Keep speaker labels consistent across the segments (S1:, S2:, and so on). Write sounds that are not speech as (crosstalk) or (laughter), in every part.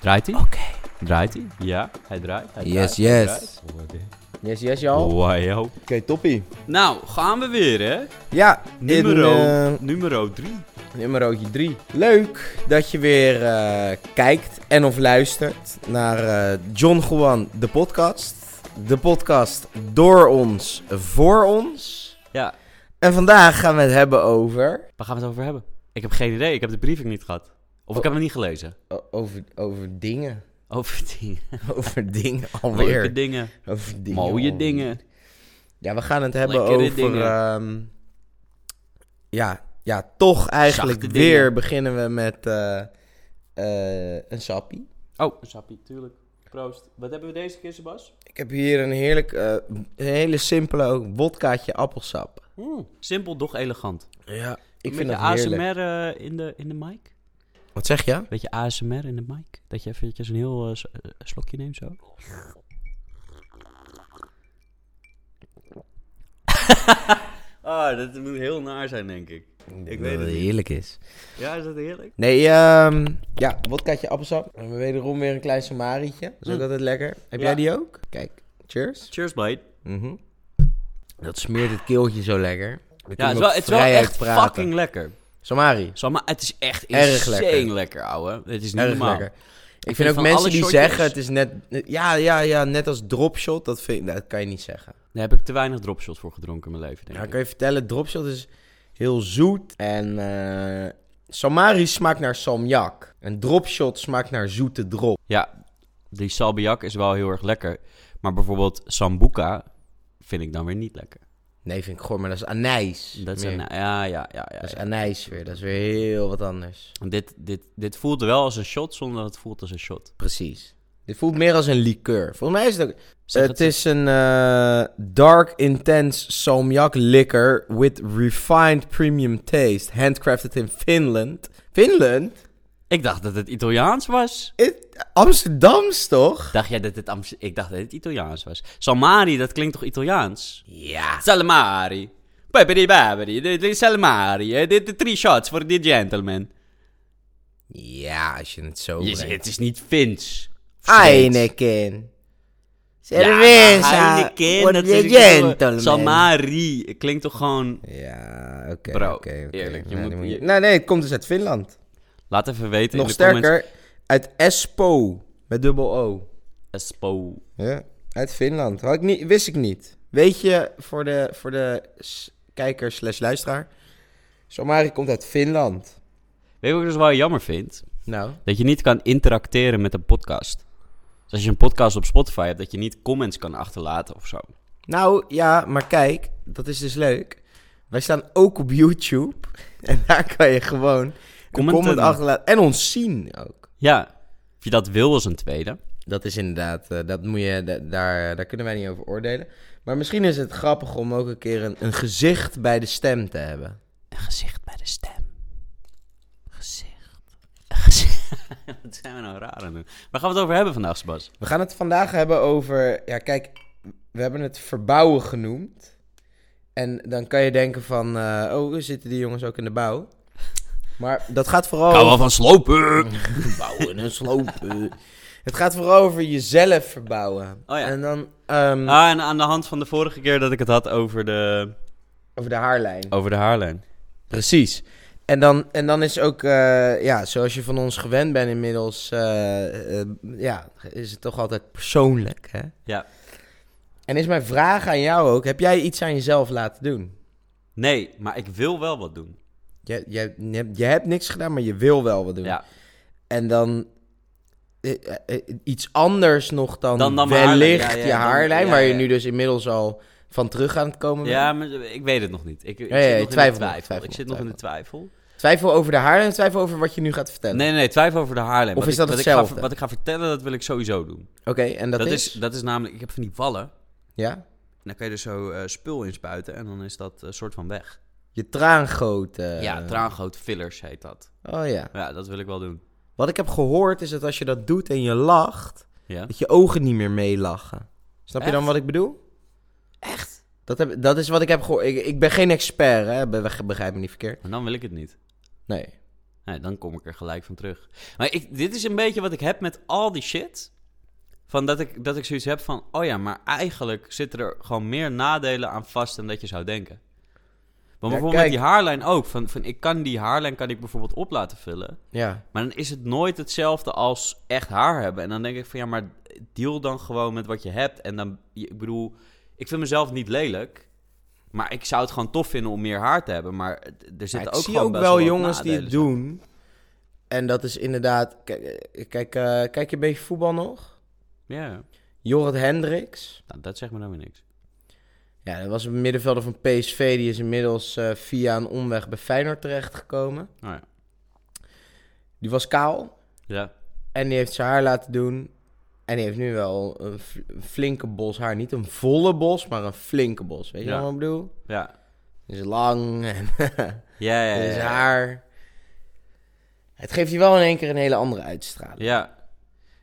S1: Draait hij?
S2: Oké.
S1: Draait hij? Ja, hij draait. Hij
S2: Yes,
S1: draait, hij
S2: yes.
S1: draait.
S3: Yes, yes, y'all.
S1: Wow.
S2: Oké, toppie.
S1: Nou, gaan we weer,
S3: (laughs)
S1: hè?
S3: Ja,
S1: Numero,
S3: in, eh,
S1: numero 3.
S3: Nummerootje 3. Leuk dat je weer eh, kijkt en of luistert naar eh, John Juan, de podcast. De podcast door ons, voor ons.
S1: Ja,
S3: En vandaag gaan we het hebben over...
S1: waar gaan we het over hebben? Ik heb geen idee, ik heb de briefing niet gehad. Of ik heb hem niet gelezen.
S3: o- over, over dingen. (laughs)
S1: Over dingen.
S3: Over dingen
S1: Leuke
S3: alweer.
S1: dingen.
S3: Over dingen
S1: Mooie
S3: alweer.
S1: dingen.
S3: Ja, we gaan het hebben
S1: Lekkere
S3: over...
S1: dingen.
S3: ehm, ja, ja, toch eigenlijk
S1: Zachte dingen.
S3: weer beginnen we met eh, eh, een sappie.
S1: Oh, een sappie, tuurlijk. Proost. Wat hebben we deze keer, Sebas?
S3: Ik heb hier een heerlijk, eh, een hele simpele ook wodkaatje appelsap.
S1: Hmm. Simpel, doch elegant.
S3: Ja, ik
S1: Een
S3: vind
S1: beetje
S3: dat
S1: ASMR
S3: heerlijk.
S1: eh, in, de, in de mic.
S3: Wat zeg je?
S1: Beetje ASMR in de mic. Dat je eventjes een heel eh, s- eh, slokje neemt zo. (laughs) ah, dat moet heel naar zijn, denk ik. Ik weet het niet.
S3: heerlijk is.
S1: Ja, is dat heerlijk?
S3: Nee, ehm ja, wodkaatje appelsap. En we wederom weer een klein samarietje. Dat is ook altijd lekker. Heb
S1: Hm. Ja.
S3: jij die ook? Kijk, cheers.
S1: Cheers, bite.
S3: Mhm. Dat smeert het keeltje zo lekker. Dan kun je
S1: Ja, het is
S3: ook
S1: wel, het is wel
S3: vrijuit
S1: echt
S3: praten.
S1: fucking lekker.
S3: Samari,
S1: Zo, maar het is echt
S3: Erg
S1: insane lekker,
S3: lekker.
S1: ouwe. Het is niet
S3: erg
S1: normaal.
S3: lekker. Ik,
S1: vind
S3: vind ook
S1: van
S3: mensen
S1: alle
S3: die
S1: shotjes-
S3: zeggen, het is net... Ja, ja, ja, net als dropshot, dat, vind, dat kan je niet zeggen.
S1: Daar heb ik te weinig dropshots voor gedronken in mijn leven, denk
S3: Ja, ik
S1: ik.
S3: kan je vertellen, dropshot is heel zoet. En eh Samari smaakt naar salmiak. En dropshot smaakt naar zoete drop.
S1: Ja, die salbiak is wel heel erg lekker. Maar bijvoorbeeld sambuca vind ik dan weer niet lekker.
S3: Nee, vind ik goor, maar dat is anijs.
S1: Dat is
S3: meer.
S1: een, ja, ja, ja. ja,
S3: Dat is
S1: ja.
S3: anijs weer, dat is weer heel wat anders.
S1: Dit, dit, dit voelt wel als een shot zonder dat het voelt als een shot.
S3: Precies. Dit voelt meer als een liqueur. Volgens mij is het ook...
S1: Zeg
S3: het is een eh, dark, intense salmiak liquor with refined premium taste. Handcrafted in Finland. Finland?
S1: Ik dacht dat het Italiaans was.
S3: Het- Amsterdams, toch?
S1: Dacht jij dat het Amst- ik dacht dat het Italiaans was. Salmari, dat klinkt toch Italiaans?
S3: Ja.
S1: Salmari. Pepperi baberi, de, de salmari. eh, De, de three shots voor die gentleman.
S3: Ja, als je het zo
S1: Je-
S3: brengt.
S1: het is niet Fins.
S3: Heineken.
S1: Ja,
S3: Cerveza.
S1: Heineken,
S3: voor
S1: dat
S3: de
S1: is
S3: gentleman.
S1: Salmari, het klinkt toch gewoon...
S3: Ja, oké.
S1: Bro,
S3: oké, oké.
S1: eerlijk, je
S3: Nou,
S1: moet-
S3: dan
S1: je-
S3: Nee, nee, het komt dus uit Finland.
S1: Laat even weten
S3: Nog
S1: in de comments.
S3: sterker, uit Espoo. Met dubbel O.
S1: Espo.
S3: Ja, uit Finland. Had ik niet, wist ik niet. Weet je, voor de, voor de s- kijker slash luisteraar. Somari komt uit Finland.
S1: Weet je wat ik dus wel jammer vind?
S3: Nou.
S1: Dat je niet kan interacteren met een podcast. Dus als je een podcast op Spotify hebt, dat je niet comments kan achterlaten of zo.
S3: Nou ja, maar kijk, dat is dus leuk. Wij staan ook op YouTube. (laughs) En daar kan je gewoon een
S1: Commenten.
S3: comment eh, achterlaten. En ons zien ook.
S1: Ja, of je dat wil als een tweede.
S3: Dat is inderdaad, eh, dat moet je, da- daar, daar kunnen wij niet over oordelen. Maar misschien is het grappig om ook een keer een, een gezicht bij de stem te hebben.
S1: Een gezicht bij de stem. Gezicht. Een gezicht. (laughs) wat zijn we nou raar aan het doen? Waar gaan we het over hebben vandaag, Sebas?
S3: We gaan het vandaag hebben over, ja kijk, we hebben het verbouwen genoemd. En dan kan je denken van, eh, oh, zitten die jongens ook in de
S1: (laughs)
S3: bouw? Maar dat gaat vooral...
S1: Gaan we van slopen.
S3: bouwen en slopen. (laughs) Het gaat vooral over jezelf verbouwen.
S1: Oh ja.
S3: En dan ehm,
S1: Ah, en aan de hand van de vorige keer dat ik het had over de,
S3: over de haarlijn.
S1: over de haarlijn.
S3: Precies. En dan, en dan is ook, eh, ja, zoals je van ons gewend bent inmiddels, eh, eh, ja, is het toch altijd persoonlijk, hè?
S1: Ja.
S3: En is mijn vraag aan jou ook, heb jij iets aan jezelf laten doen?
S1: Nee, maar ik wil wel wat doen.
S3: Je, je, je, hebt, je hebt niks gedaan, maar je wil wel wat doen.
S1: Ja.
S3: En dan eh, eh, eh, iets anders nog dan,
S1: Dan- dan mijn
S3: wellicht
S1: haarlijn, ja, ja,
S3: je
S1: dan-
S3: haarlijn,
S1: ja,
S3: waar je
S1: ja.
S3: nu dus inmiddels al van terug aan het komen bent.
S1: Ja, maar ik weet het nog niet. Ik, ik
S3: Ja, ja,
S1: zit
S3: ja,
S1: nog
S3: twijfel,
S1: in de twijfel.
S3: twijfel,
S1: Ik zit nog in de twijfel.
S3: Twijfel over de haarlijn, twijfel over wat je nu gaat vertellen.
S1: Nee, nee, nee, twijfel over de haarlijn.
S3: Eh, Of
S1: Wat
S3: is dat
S1: ik, wat Ik ga,
S3: hetzelfde?
S1: ver- wat ik ga vertellen, dat wil ik sowieso doen.
S3: Oké, en dat,
S1: Dat,
S3: is?
S1: is, dat is namelijk, ik heb van die wallen.
S3: Ja?
S1: En dan kan je er zo eh, spul in spuiten en dan is dat eh, soort van weg.
S3: Je traangoten.
S1: ja, traangoot fillers heet dat.
S3: Oh ja.
S1: Maar Ja, dat wil ik wel doen.
S3: Wat ik heb gehoord is dat als je dat doet en je lacht,
S1: Ja?
S3: dat je ogen niet meer meelachen. Snap je dan
S1: Echt?
S3: wat ik bedoel? Echt? Dat, heb, dat is wat ik heb gehoord. Ik, ik ben geen expert, hè? be- Begrijp me niet verkeerd.
S1: Maar dan wil ik het niet.
S3: Nee.
S1: Nou, dan kom ik er gelijk van terug. Maar ik, dit is een beetje wat ik heb met al die shit. Van dat ik, dat ik zoiets heb van, oh ja, maar eigenlijk zitten er gewoon meer nadelen aan vast dan dat je zou denken. Maar
S3: Ja,
S1: bijvoorbeeld
S3: kijk.
S1: met die haarlijn ook. Van, van ik kan die haarlijn kan ik bijvoorbeeld op laten vullen.
S3: Ja.
S1: Maar dan is het nooit hetzelfde als echt haar hebben. En dan denk ik van ja, maar deal dan gewoon met wat je hebt. En dan, je- ik bedoel, ik vind mezelf niet lelijk. Maar ik zou het gewoon tof vinden om meer haar te hebben. Maar het- er
S3: Maar
S1: zitten
S3: ik
S1: ook
S3: zie
S1: gewoon
S3: ook
S1: best
S3: wel
S1: wat
S3: jongens die het
S1: nadelen.
S3: doen. En dat is inderdaad... Kijk, eh, kijk, eh, kijk je een beetje voetbal nog?
S1: Ja,
S3: Jorrit Hendricks.
S1: nou, dat zegt me dan weer niks.
S3: Ja, dat was een middenvelder van PSV. Die is inmiddels eh, via een omweg bij Feyenoord terechtgekomen.
S1: Oh ja.
S3: Die was kaal.
S1: ja.
S3: En die heeft zijn haar laten doen. En die heeft nu wel een fl- een flinke bos haar. Niet een volle bos, maar een flinke bos. Weet je
S1: Ja.
S3: wat ik bedoel?
S1: Ja.
S3: Dus lang en (laughs)
S1: Ja, ja, ja.
S3: dus
S1: ja.
S3: haar. Het geeft je wel in één keer een hele andere uitstraling.
S1: Ja.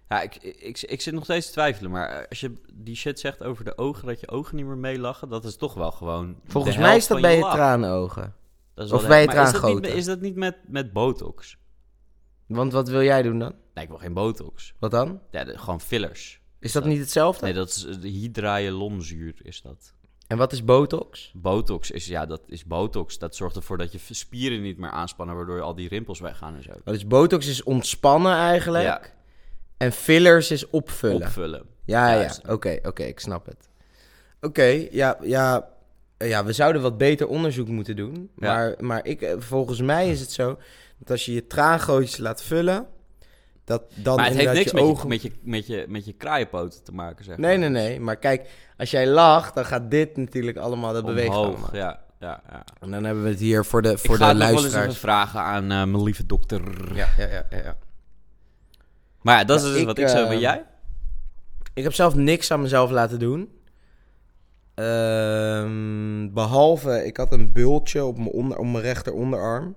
S1: Ja, ik, ik, ik zit nog steeds te twijfelen. Maar eh, als je die shit zegt over de ogen, dat je ogen niet meer meelachen, dat is toch wel gewoon. de
S3: Volgens mij
S1: helft
S3: is dat
S1: van
S3: bij je
S1: lach.
S3: traanogen.
S1: Dat is
S3: Of
S1: wel
S3: bij
S1: de-
S3: je
S1: maar is dat
S3: traangoten.
S1: niet met- Is dat niet met, met botox?
S3: Want wat wil jij doen dan?
S1: Nee, ik wil geen botox.
S3: Wat dan?
S1: Ja, de- gewoon fillers.
S3: Is dat
S1: dat-
S3: niet hetzelfde?
S1: Nee, dat is eh, de hydraëlonzuur is dat.
S3: En wat is botox?
S1: Botox is, ja, dat is botox. Dat zorgt ervoor dat je v- spieren niet meer aanspannen, waardoor al die rimpels weggaan en zo.
S3: Oh, dus botox is ontspannen eigenlijk.
S1: Ja,
S3: En fillers is opvullen.
S1: opvullen.
S3: Ja, ja.
S1: Juist.
S3: Oké, oké, ik snap het. Oké, ja, ja, eh, ja, we zouden wat beter onderzoek moeten doen.
S1: Ja.
S3: Maar, maar ik, eh, volgens mij is het zo dat als je je traangootjes laat vullen, dat dan
S1: maar het heeft
S3: inderdaad
S1: niks
S3: je
S1: met,
S3: ogen...
S1: je, met, je, met, je, met je kraaienpoten te maken, zeg
S3: Nee,
S1: maar.
S3: nee, nee. Maar kijk, als jij lacht, dan gaat dit natuurlijk allemaal, dat beweegt allemaal.
S1: Omhoog, ja. ja, ja.
S3: En dan hebben we het hier voor de,
S1: ik
S3: voor
S1: ga het
S3: de
S1: nog wel eens even
S3: luisteraars.
S1: vragen aan eh, mijn lieve dokter.
S3: Ja, ja, ja, ja, ja.
S1: Maar ja, dat is
S3: Ja,
S1: dus
S3: ik,
S1: wat ik zou
S3: eh,
S1: ben jij?
S3: Ik heb zelf niks aan mezelf laten doen. Ehm, behalve, ik had een bultje op mijn, onder, op mijn rechter onderarm.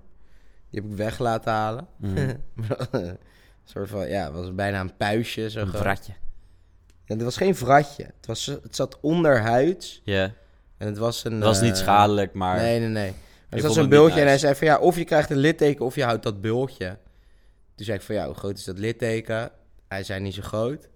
S3: Die heb ik weg laten halen.
S1: Mhm.
S3: (laughs) een soort van, ja, het was bijna een puistje. Zo
S1: Een
S3: groot.
S1: vratje.
S3: Ja, het was geen vratje. Het, was, het zat onderhuid.
S1: Ja,
S3: En het was een...
S1: dat was niet
S3: eh,
S1: schadelijk, maar...
S3: Nee, nee, nee.
S1: Ik
S3: Er
S1: vond
S3: zat zo'n
S1: het niet
S3: bultje en hij
S1: nice.
S3: zei van ja, of je krijgt een litteken of je houdt dat bultje. Toen zei ik van ja, hoe groot is dat litteken? Hij zei niet zo groot.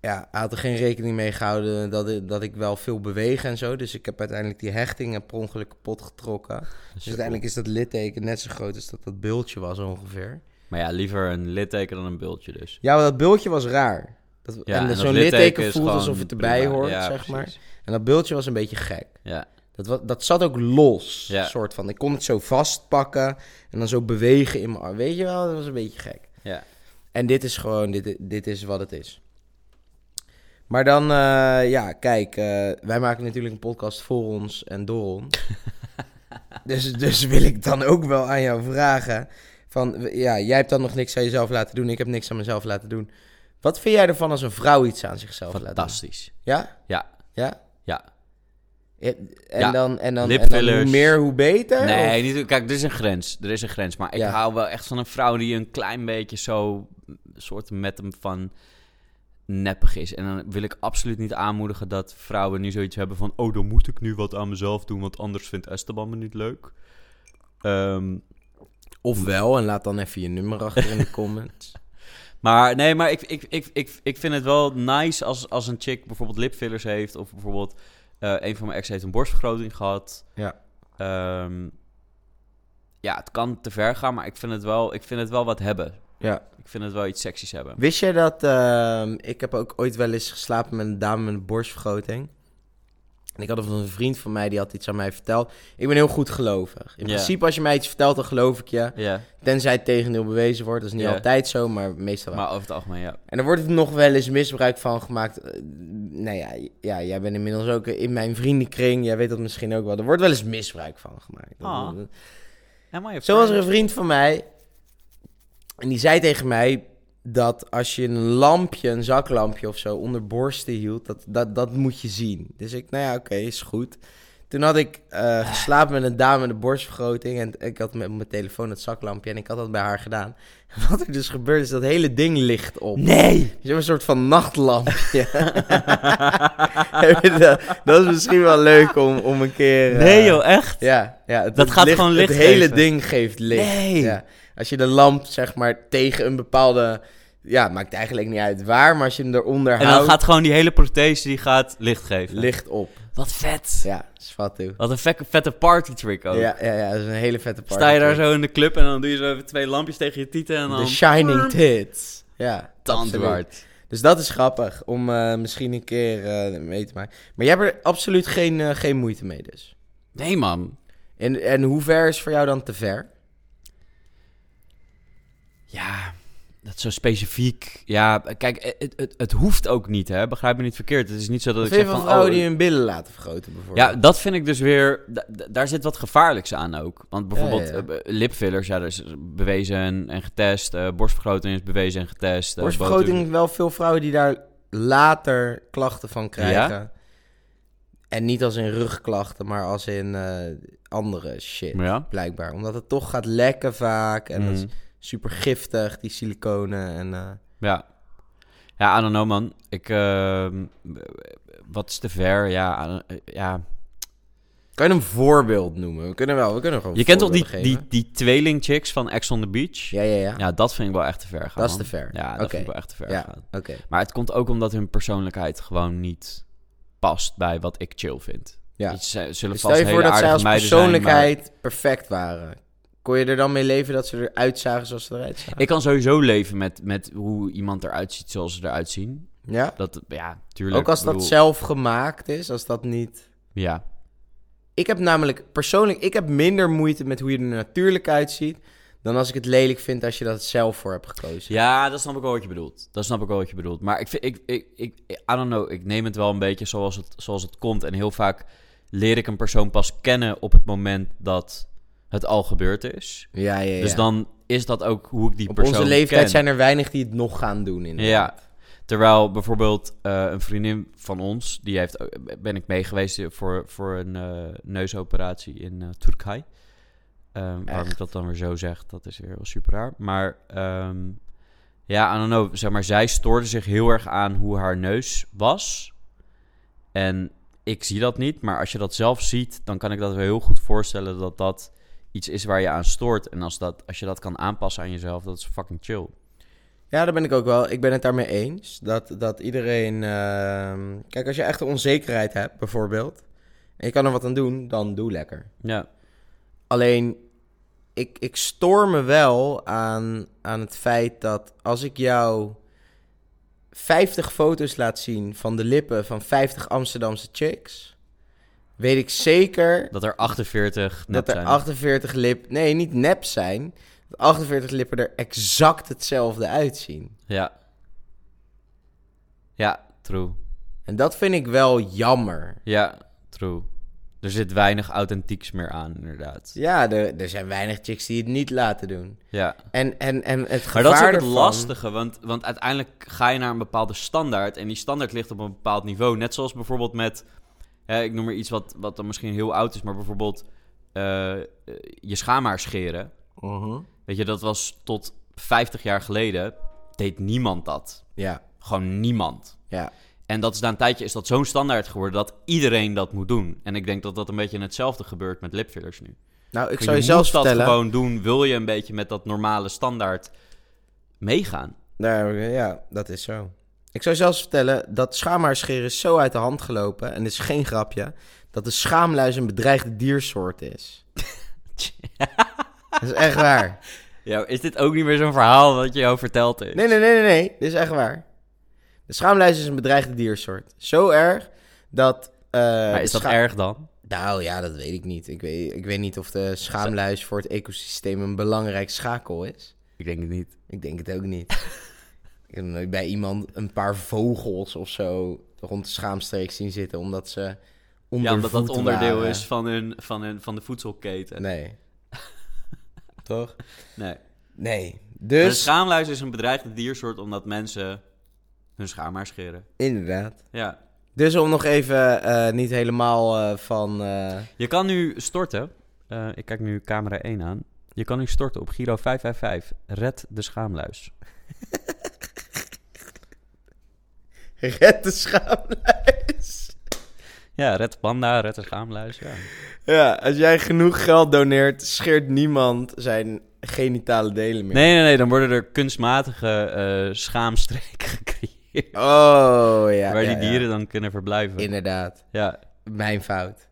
S3: Ja, hij had er geen rekening mee gehouden dat ik, dat ik wel veel beweeg en zo. Dus ik heb uiteindelijk die hechtingen per ongeluk kapot getrokken. Dus uiteindelijk is dat litteken net zo groot als dat dat bultje was ongeveer.
S1: Maar ja, liever een litteken dan een bultje dus.
S3: Ja, maar dat bultje was raar. Dat,
S1: Ja,
S3: en,
S1: en dat
S3: zo'n
S1: litteken
S3: litteken,
S1: is
S3: voelt
S1: gewoon
S3: alsof het erbij
S1: prima.
S3: hoort,
S1: Ja,
S3: zeg maar.
S1: precies.
S3: En dat bultje was een beetje gek.
S1: Ja,
S3: Dat, wa- dat zat ook los,
S1: Ja.
S3: soort van. Ik kon het zo vastpakken en dan zo bewegen in mijn arm. Weet je wel, dat was een beetje gek.
S1: ja.
S3: En dit is gewoon, dit, dit is wat het is. Maar dan, eh, ja, kijk, eh, wij maken natuurlijk een podcast voor ons en door ons. dus, dus wil ik dan ook wel aan jou vragen. Van, ja, jij hebt dan nog niks aan jezelf laten doen. Ik heb niks aan mezelf laten doen. Wat vind jij ervan als een vrouw iets aan zichzelf laat doen?
S1: Fantastisch.
S3: Ja?
S1: Ja,
S3: Ja?
S1: ja.
S3: Ja, En,
S1: Ja.
S3: dan, en, dan, en dan hoe
S1: Lipfillers.
S3: meer, hoe beter? Of-
S1: Nee, niet, kijk, er is een grens. Er is een grens. Maar ik
S3: Ja.
S1: hou wel echt van een vrouw die een klein beetje zo... een soort met hem van neppig is. En dan wil ik absoluut niet aanmoedigen dat vrouwen nu zoiets hebben van... Oh, dan moet ik nu wat aan mezelf doen, want anders vindt Esteban me niet leuk. Ehm,
S3: Of wel, en laat dan even je nummer achter
S1: (laughs)
S3: in de comments.
S1: Maar nee, maar ik, ik, ik, ik, ik vind het wel nice als, als een chick bijvoorbeeld lipfillers heeft. Of bijvoorbeeld eh, een van mijn ex heeft een borstvergroting gehad.
S3: Ja.
S1: Ehm, ja, het kan te ver gaan, maar ik vind het wel, ik vind het wel wat hebben.
S3: Ja.
S1: Ik vind het wel iets seksies hebben.
S3: Wist jij dat... ehm, ik heb ook ooit wel eens geslapen met een dame met een borstvergroting. En ik had een vriend van mij, die had iets aan mij verteld. Ik ben heel goed gelovig. In
S1: Ja.
S3: principe, als je mij iets vertelt, dan geloof ik je.
S1: Ja,
S3: Tenzij het tegendeel bewezen wordt. Dat is niet
S1: Ja.
S3: altijd zo, maar meestal wel.
S1: maar over het algemeen, ja.
S3: En er wordt er nog wel eens misbruik van gemaakt. Eh, nou ja, ja, jij bent inmiddels ook in mijn vriendenkring. Jij weet dat misschien ook wel. Er wordt wel eens misbruik van gemaakt. Dat-
S1: Ah.
S3: dat-
S1: En maar je
S3: Zo was er een vriend van mij. En die zei tegen mij dat als je een lampje, een zaklampje of zo, onder borsten hield, dat, dat, dat moet je zien. Dus ik, nou ja, oké, is goed. Toen had ik eh, geslapen met een dame met een borstvergroting. En ik had met mijn telefoon het zaklampje. En ik had dat bij haar gedaan. (laughs) En wat er dus gebeurt is dat hele ding licht op.
S1: Nee!
S3: Je hebt een soort van nachtlampje. (laughs) dat, dat is misschien wel leuk om, om een keer... eh,
S1: Nee joh, echt?
S3: Ja, ja het,
S1: Dat
S3: het
S1: gaat gewoon licht
S3: Het hele
S1: geven.
S3: ding geeft licht.
S1: Nee!
S3: Ja. Als je de lamp, zeg maar, tegen een bepaalde... Ja, maakt eigenlijk niet uit waar, maar als je hem eronder
S1: En dan
S3: houdt,
S1: gaat gewoon die hele prothese, die gaat licht geven.
S3: licht op.
S1: Wat vet!
S3: Ja, spat toe.
S1: Wat een vek- vette party trick ook.
S3: Ja, ja, ja, dat is een hele vette party.
S1: Oh. Sta je daar zo in de club en dan doe je zo even twee lampjes tegen je tieten en dan...
S3: The Shining Tits. Ja, absoluut.
S1: Tandwaard.
S3: Dus dat is grappig, om eh, misschien een keer eh, mee te maken. Maar jij hebt er absoluut geen, eh, geen moeite mee dus.
S1: Nee man.
S3: En, en hoe ver is voor jou dan te ver?
S1: Ja, dat is zo specifiek. Ja, kijk, eh, het, het, het hoeft ook niet hè. Begrijp me niet verkeerd. Het is niet zo dat
S3: Of
S1: ik zeg
S3: vind je
S1: van...
S3: van vrouwen
S1: oh,
S3: die hun billen laten vergroten bijvoorbeeld?
S1: Ja, dat vind ik dus weer. da- da- daar zit wat gevaarlijks aan ook. Want bijvoorbeeld
S3: Ja, ja, ja.
S1: eh, lipfillers, ja, dat is bewezen en, en getest. eh, borstvergroting is bewezen en getest. eh, botox-
S3: Borstvergroting, wel veel vrouwen die daar later klachten van krijgen. En niet als in rugklachten, maar als in eh, andere shit,
S1: Ja.
S3: blijkbaar. Omdat het toch gaat lekken vaak en dat is
S1: Mhm.
S3: super giftig, die siliconen en... eh,
S1: Ja. Ja, I don't know, man. Ik. ehm, wat is te ver? Ja, I don't- eh, ja.
S3: Kan je een voorbeeld noemen? We kunnen wel, we kunnen gewoon
S1: Je kent toch die,
S3: voorbeelden
S1: die,
S3: geven.
S1: die tweeling chicks van Ex on the Beach?
S3: Ja, ja, ja.
S1: Ja, dat vind ik wel echt te ver gaan.
S3: dat is
S1: man.
S3: te ver.
S1: Ja, dat
S3: Oké,
S1: vind ik wel echt te ver
S3: Ja.
S1: gaan.
S3: oké.
S1: Maar het komt ook omdat hun persoonlijkheid gewoon niet past bij wat ik chill vind.
S3: Ja.
S1: Weet je, Ze zullen
S3: Dus
S1: vast
S3: stel je voor
S1: hele
S3: dat zij
S1: aardige
S3: als
S1: meiden zijn, maar-
S3: persoonlijkheid perfect waren. Kon je er dan mee leven dat ze eruit zagen zoals ze eruit zagen?
S1: Ik kan sowieso leven met, met hoe iemand eruit ziet zoals ze eruit zien.
S3: Ja?
S1: Dat, ja, tuurlijk.
S3: Ook als
S1: ik
S3: dat
S1: bedoel,
S3: zelf gemaakt is, als dat niet...
S1: Ja,
S3: Ik heb namelijk, persoonlijk, ik heb minder moeite met hoe je er natuurlijk uitziet... dan als ik het lelijk vind als je dat zelf voor hebt gekozen.
S1: ja, dat snap ik wel wat je bedoelt. Dat snap ik wel wat je bedoelt. Maar ik vind, ik, ik, ik, I don't know, ik neem het wel een beetje zoals het, zoals het komt. En heel vaak leer ik een persoon pas kennen op het moment dat het al gebeurd is.
S3: Ja, ja, ja.
S1: Dus dan is dat ook hoe ik die
S3: Op
S1: persoon
S3: onze leeftijd
S1: ken.
S3: zijn er weinig die het nog gaan doen,
S1: Ja.
S3: inderdaad.
S1: Terwijl bijvoorbeeld eh, een vriendin van ons, die heeft, ben ik mee geweest voor, voor een eh, neusoperatie in eh, Turkije. Ehm waarom
S3: Echt?
S1: ik dat dan weer zo zeg, dat is weer wel super raar. Maar ehm, ja, I don't know. Zeg maar, zij stoorde zich heel erg aan hoe haar neus was. En ik zie dat niet, maar als je dat zelf ziet, dan kan ik dat wel heel goed voorstellen dat dat iets is waar je aan stoort. En als, dat, als je dat kan aanpassen aan jezelf, dat is fucking chill.
S3: Ja, daar ben ik ook wel. Ik ben het daarmee eens. Dat, dat iedereen. ehm, Kijk, als je echt een onzekerheid hebt, bijvoorbeeld. En je kan er wat aan doen, dan doe lekker.
S1: Ja,
S3: Alleen, ik, ik stoor me wel aan, aan het feit dat als ik jou 50 foto's laat zien van de lippen van 50 Amsterdamse chicks. Weet ik zeker
S1: dat er 48 net
S3: dat er
S1: zijn.
S3: 48 lip. Nee, niet nep zijn. Dat 48 lippen er exact hetzelfde uitzien.
S1: Ja. Ja, true.
S3: En dat vind ik wel jammer.
S1: Ja, true. Er zit weinig authentieks meer aan, inderdaad.
S3: Ja, er, er zijn weinig chicks die het niet laten doen.
S1: Ja.
S3: En, en, en het
S1: Maar
S3: gevaar
S1: dat is ook het
S3: ervan-
S1: lastige, want, want uiteindelijk ga je naar een bepaalde standaard. En die standaard ligt op een bepaald niveau. Net zoals bijvoorbeeld met, hè, ik noem maar iets wat, wat dan misschien heel oud is, maar bijvoorbeeld eh, eh, je schaamhaar scheren. Weet je, dat was tot 50 jaar geleden, deed niemand dat.
S3: Ja,
S1: Gewoon niemand.
S3: ja.
S1: En dat is na een tijdje is dat zo'n standaard geworden dat iedereen dat moet doen. En ik denk dat dat een beetje hetzelfde gebeurt met lipfillers nu.
S3: Nou, ik
S1: Je
S3: zou je
S1: moet
S3: zelfs
S1: dat
S3: vertellen...
S1: gewoon doen, wil je een beetje met dat normale standaard meegaan.
S3: Nou, ja, dat is zo. Ik zou zelfs vertellen dat schaamhaarscheren is zo uit de hand gelopen... en dit is geen grapje... dat de schaamluis een bedreigde diersoort
S1: (laughs)
S3: is. dat is echt waar.
S1: Ja, is dit ook niet meer zo'n verhaal dat je jou verteld heeft?
S3: Nee, nee, nee, nee, nee. Dit is echt waar. De schaamluis is een bedreigde diersoort. Zo erg dat... eh,
S1: maar
S3: de
S1: is dat
S3: scha-
S1: erg dan?
S3: Nou ja, dat weet ik niet. Ik weet, ik weet niet of de schaamluis voor het ecosysteem een belangrijk schakel is.
S1: Ik denk het niet.
S3: Ik denk het ook niet. (laughs) ik heb nog nooit bij iemand een paar vogels of zo rond de schaamstreek zien zitten, omdat ze onder
S1: Ja, omdat dat
S3: voet
S1: onderdeel
S3: waren.
S1: is van, hun, van, hun, van de voedselketen. (laughs)
S3: Nee. Toch?
S1: Nee.
S3: Nee.
S1: Maar De
S3: Dus,
S1: schaamluis is een bedreigde diersoort omdat mensen hun schaamhaar scheren.
S3: inderdaad.
S1: Ja.
S3: Dus om nog even eh, niet helemaal eh, van... eh, (laughs)
S1: Je kan nu storten. Eh, ik kijk nu camera 1 aan. Je kan nu storten op Giro 555. Red de schaamluis.
S3: red de schaamluis.
S1: Ja, red panda, red de schaamluis. Ja.
S3: Ja, als jij genoeg geld doneert, scheert niemand zijn genitale delen meer.
S1: Nee, nee, nee. Dan worden er kunstmatige eh, schaamstreken (laughs) gecreëerd.
S3: Oh, ja.
S1: waar
S3: ja,
S1: die
S3: ja.
S1: dieren dan kunnen verblijven.
S3: Inderdaad,
S1: Ja.
S3: mijn fout.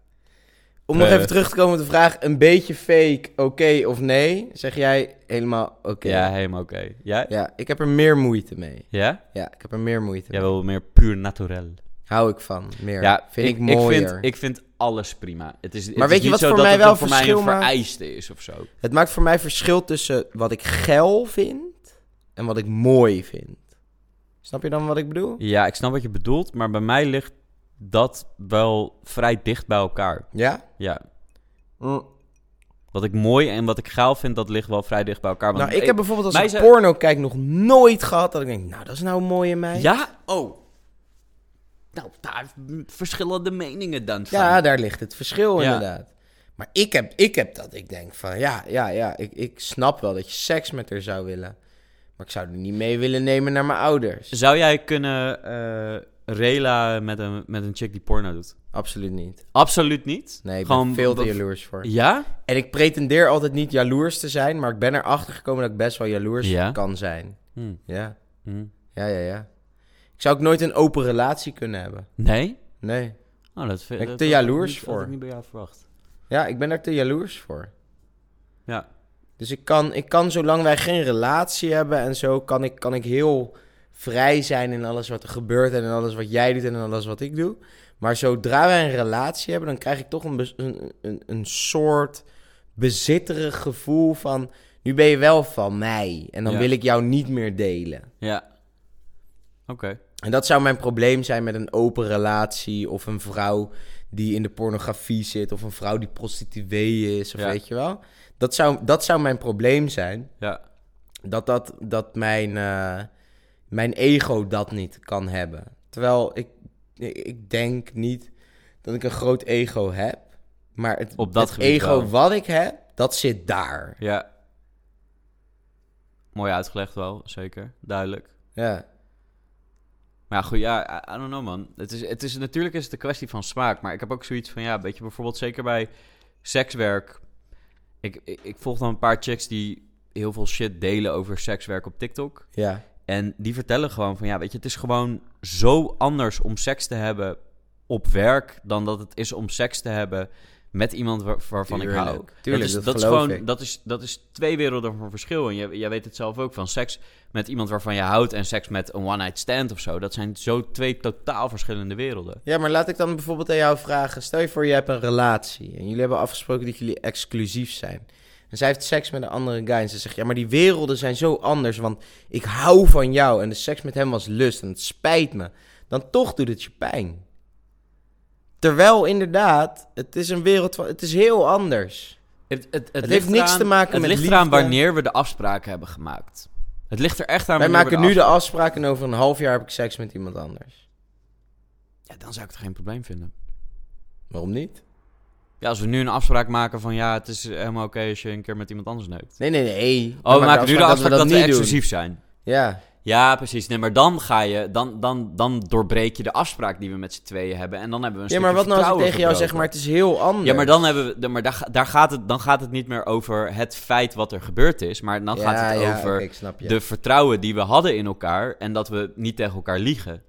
S3: Om
S1: Eh.
S3: nog even terug te komen op de vraag, een beetje fake, oké of nee? Zeg jij helemaal oké.
S1: ja, helemaal oké. Jij? Ja?
S3: Ja, ik heb er meer moeite mee.
S1: ja?
S3: Ja, ik heb er meer moeite
S1: Jij
S3: mee.
S1: wil meer puur naturel.
S3: Hou ik van, meer.
S1: Ja,
S3: vind ik,
S1: ik
S3: mooier.
S1: vind, ik vind alles prima. Het is, het
S3: Maar
S1: is
S3: weet je
S1: niet
S3: wat
S1: zo
S3: voor
S1: dat
S3: mij
S1: het
S3: wel
S1: een- voor mij een
S3: verschil maakt?
S1: vereiste is of zo.
S3: Het maakt voor mij verschil tussen wat ik geil vind en wat ik mooi vind. Snap je dan wat ik bedoel?
S1: Ja, ik snap wat je bedoelt, maar bij mij ligt dat wel vrij dicht bij elkaar.
S3: Ja?
S1: Ja.
S3: Mm.
S1: Wat ik mooi en wat ik gaal vind, dat ligt wel vrij dicht bij elkaar. want
S3: Nou, ik heb bijvoorbeeld als
S1: mij
S3: ik
S1: zei-
S3: porno kijk nog nooit gehad dat ik denk, nou, dat is nou een mooie meid.
S1: Ja? Oh. Nou, daar verschillende meningen dan van.
S3: Ja, daar ligt het verschil
S1: Ja.
S3: inderdaad. Maar ik heb, ik heb dat, ik denk van, ja, ja, ja, ik, ik snap wel dat je seks met haar zou willen. Maar ik zou er niet mee willen nemen naar mijn ouders.
S1: Zou jij kunnen eh rela met een, met een chick die porno doet?
S3: Absoluut niet.
S1: Absoluut niet.
S3: Nee, ik ben veel te jaloers voor.
S1: Ja?
S3: En ik pretendeer altijd niet jaloers te zijn, maar ik ben erachter gekomen dat ik best wel jaloers
S1: Ja?
S3: kan zijn.
S1: Hm,
S3: Ja,
S1: hm.
S3: ja, ja, ja. Ik zou ook nooit een open relatie kunnen hebben.
S1: Nee?
S3: Nee.
S1: Oh, dat vind
S3: Ben
S1: dat
S3: ik te
S1: had ik
S3: jaloers
S1: niet-
S3: voor?
S1: Had ik niet bij jou verwacht.
S3: Ja, ik ben daar te jaloers voor.
S1: Ja.
S3: Dus ik kan, ik kan zolang wij geen relatie hebben en zo, kan ik, kan ik heel vrij zijn in alles wat er gebeurt en in alles wat jij doet en in alles wat ik doe. Maar zodra wij een relatie hebben, dan krijg ik toch een, bes- een, een, een soort bezitterig gevoel van, nu ben je wel van mij en dan
S1: Ja.
S3: wil ik jou niet meer delen.
S1: Ja. Oké.
S3: En dat zou mijn probleem zijn met een open relatie of een vrouw die in de pornografie zit of een vrouw die prostituee is of
S1: Ja.
S3: weet je wel. Dat zou, dat zou mijn probleem zijn.
S1: Ja.
S3: Dat, dat, dat mijn, eh, mijn ego dat niet kan hebben. Terwijl ik, ik denk niet dat ik een groot ego heb. Maar het,
S1: Op dat
S3: het
S1: gebied
S3: ego
S1: wel.
S3: wat ik heb, dat zit daar.
S1: Ja. Mooi uitgelegd wel, zeker. Duidelijk.
S3: Ja.
S1: Maar ja, goed, ja, I- I don't know man. Het is, het is, natuurlijk is het een kwestie van smaak, maar ik heb ook zoiets van, ja, weet je, bijvoorbeeld zeker bij sekswerk. Ik, ik, ik volg dan een paar chicks die heel veel shit delen over sekswerk op TikTok.
S3: Ja.
S1: En die vertellen gewoon van, ja, weet je, het is gewoon zo anders om seks te hebben op werk dan dat het is om seks te hebben met iemand waar- waarvan ik hou.
S3: Tuurlijk,
S1: dat is,
S3: dat,
S1: dat is
S3: geloof
S1: gewoon,
S3: ik.
S1: Dat is, dat is twee werelden van verschil. En jij, jij weet het zelf ook van seks met iemand waarvan je houdt en seks met een one-night stand of zo. Dat zijn zo twee totaal verschillende werelden.
S3: Ja, maar laat ik dan bijvoorbeeld aan jou vragen. Stel je voor, je hebt een relatie en jullie hebben afgesproken dat jullie exclusief zijn. En zij heeft seks met een andere guy en ze zegt, ja, maar die werelden zijn zo anders, want ik hou van jou en de seks met hem was lust en het spijt me. Dan toch doet het je pijn. Terwijl inderdaad, het is een wereld van, het is heel anders.
S1: Het, het, het,
S3: heeft
S1: ligt
S3: niks
S1: eraan-
S3: te maken
S1: het
S3: met
S1: ligt eraan
S3: liefde.
S1: wanneer we de afspraken hebben gemaakt. Het ligt er echt aan
S3: Wij
S1: wanneer we
S3: maken nu
S1: afspraken-
S3: de afspraak en over een half jaar heb ik seks met iemand anders.
S1: Ja, dan zou ik het geen probleem vinden.
S3: Waarom niet?
S1: Ja, als we nu een afspraak maken van ja, het is helemaal oké als je een keer met iemand anders neukt.
S3: Nee, nee, nee.
S1: Oh, we maken nu de
S3: dat
S1: afspraak dat we,
S3: niet doen.
S1: exclusief zijn.
S3: Ja.
S1: Ja, precies. Nee, maar dan ga je, dan, dan, dan doorbreek je de afspraak die we met z'n tweeën hebben. En dan hebben we een
S3: ja, maar wat
S1: stukje
S3: nou als ik
S1: vertrouwen
S3: tegen jou zeg,
S1: gebroken.
S3: maar het is heel anders.
S1: Ja, maar dan, hebben we, dan- maar daar, ga- daar gaat het, dan gaat het niet meer over het feit wat er gebeurd is. Maar dan gaat het over
S3: oké, ik snap je.
S1: de vertrouwen die we hadden in elkaar. En dat we niet tegen elkaar liegen.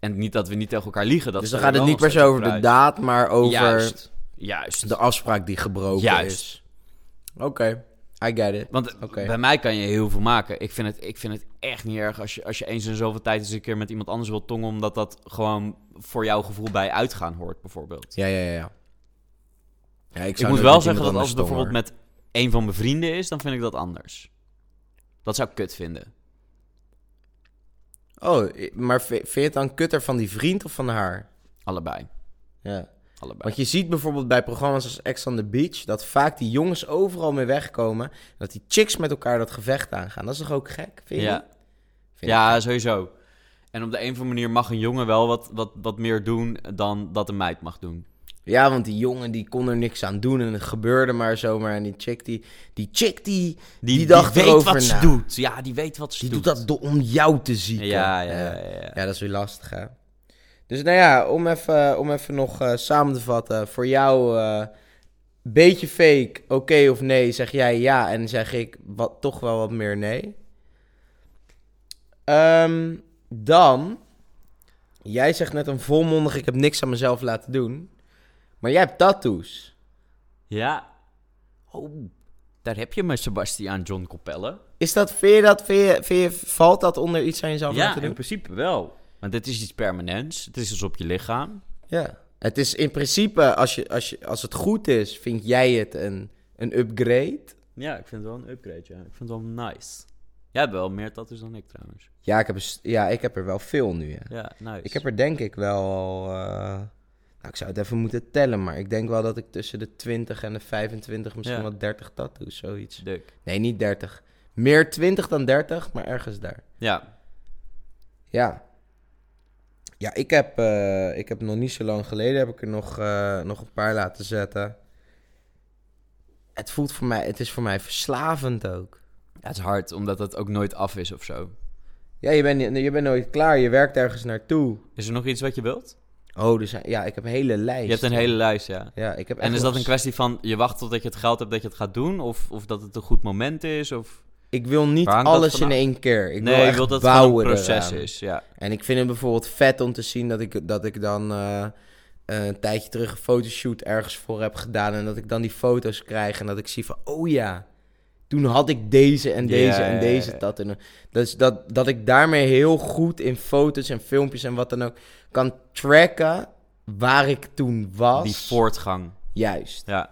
S1: En niet dat we niet tegen elkaar liegen. Dat
S3: dus
S1: is er
S3: dan gaat het
S1: wel
S3: niet per
S1: nog
S3: se
S1: steeds
S3: over de
S1: een
S3: daad, maar over
S1: prijs. Juist. Juist.
S3: de afspraak die gebroken
S1: Juist.
S3: is. Oké, I get it.
S1: Want eh,
S3: Oké.
S1: bij mij kan je heel veel maken. Ik vind het, ik vind het echt niet erg als je, als je eens in zoveel tijd eens een keer met iemand anders wilt tongen. Omdat dat gewoon voor jouw gevoel bij uitgaan hoort, bijvoorbeeld.
S3: Ja, ja, ja. ja. ja ik,
S1: Ik moet wel zeggen dat als het bijvoorbeeld met een van mijn vrienden is, dan vind ik dat anders. Dat zou ik kut vinden.
S3: Oh, i- maar v- vind je het dan kutter van die vriend of van haar?
S1: Allebei.
S3: Ja.
S1: Allebei.
S3: Want je ziet bijvoorbeeld bij programma's als Ex on the Beach... dat vaak die jongens overal mee wegkomen... en dat die chicks met elkaar dat gevecht aangaan. Dat is toch ook gek, vind je?
S1: ja,
S3: Vind ik.
S1: ja sowieso. En op de een of andere manier mag een jongen wel wat, wat, wat meer doen dan dat een meid mag doen.
S3: Ja, want die jongen die kon er niks aan doen en het gebeurde maar zomaar. En die chick die, die chick die, die, dacht
S1: weet
S3: erover
S1: wat ze
S3: na.
S1: doet. Ja, die weet wat ze
S3: Die doet
S1: doet.
S3: dat do- om jou te zieken.
S1: Ja, ja, ja. ja.
S3: Ja, dat is weer lastig, hè? Dus nou ja, om even, om even nog eh, samen te vatten. Voor jou, eh beetje fake, oké of nee, zeg jij ja. En zeg ik wat, toch wel wat meer nee. Ehm, dan, jij zegt net een volmondig, ik heb niks aan mezelf laten doen. Maar jij hebt tattoos.
S1: Ja. Oh, daar heb je me, Sebastiaan John Coppelle.
S3: Is dat, vind je dat, vind je, vind je- valt dat onder iets aan jezelf
S1: ja,
S3: laten
S1: in
S3: doen?
S1: principe wel. Want het is iets permanents. Het is dus op je lichaam.
S3: Ja. Het is in principe, als, je, als, je, als het goed is, vind jij het een, een upgrade.
S1: Ja, ik vind het wel een upgrade, ja. Ik vind het wel nice. Jij hebt wel meer tattoos dan ik trouwens.
S3: Ja, ik heb, een s- ja, ik heb er wel veel nu. Ja.
S1: Ja, nice.
S3: Ik heb er denk ik wel al. eh, nou, ik zou het even moeten tellen, maar ik denk wel dat ik tussen de 20 en de 25, misschien
S1: Ja.
S3: wel 30 tattoos, zoiets.
S1: Dik.
S3: Nee, niet 30. Meer 20 dan 30, maar ergens daar.
S1: Ja.
S3: Ja. Ja, ik heb, eh, ik heb nog niet zo lang geleden heb ik er nog, eh, nog een paar laten zetten. Het voelt voor mij, het is voor mij verslavend ook.
S1: ja, het is hard, omdat het ook nooit af is of zo.
S3: Ja, je bent, je bent nooit klaar, je werkt ergens naartoe.
S1: Is er nog iets wat je wilt?
S3: Oh, dus, ja, ik heb een hele lijst.
S1: Je hebt een hele lijst, ja.
S3: Ja, ik heb
S1: En
S3: echt
S1: is
S3: nog
S1: dat een
S3: s-
S1: kwestie van je wacht totdat je het geld hebt dat je het gaat doen? Of, of dat het een goed moment is? Of...
S3: Ik wil niet
S1: Waar hangt dat
S3: alles in
S1: vanaf?
S3: één keer. Ik
S1: nee,
S3: wil
S1: ik
S3: echt
S1: wil dat het gewoon
S3: bouwen
S1: een proces
S3: eraan.
S1: is. Ja.
S3: En ik vind het bijvoorbeeld vet om te zien dat ik, dat ik dan eh, een tijdje terug een fotoshoot ergens voor heb gedaan. En dat ik dan die foto's krijg en dat ik zie van, oh ja, toen had ik deze en
S1: Ja,
S3: deze
S1: ja,
S3: en
S1: ja,
S3: deze.
S1: ja.
S3: Dat, en, dus dat, dat ik daarmee heel goed in foto's en filmpjes en wat dan ook kan tracken waar ik toen was.
S1: Die voortgang.
S3: Juist.
S1: Ja.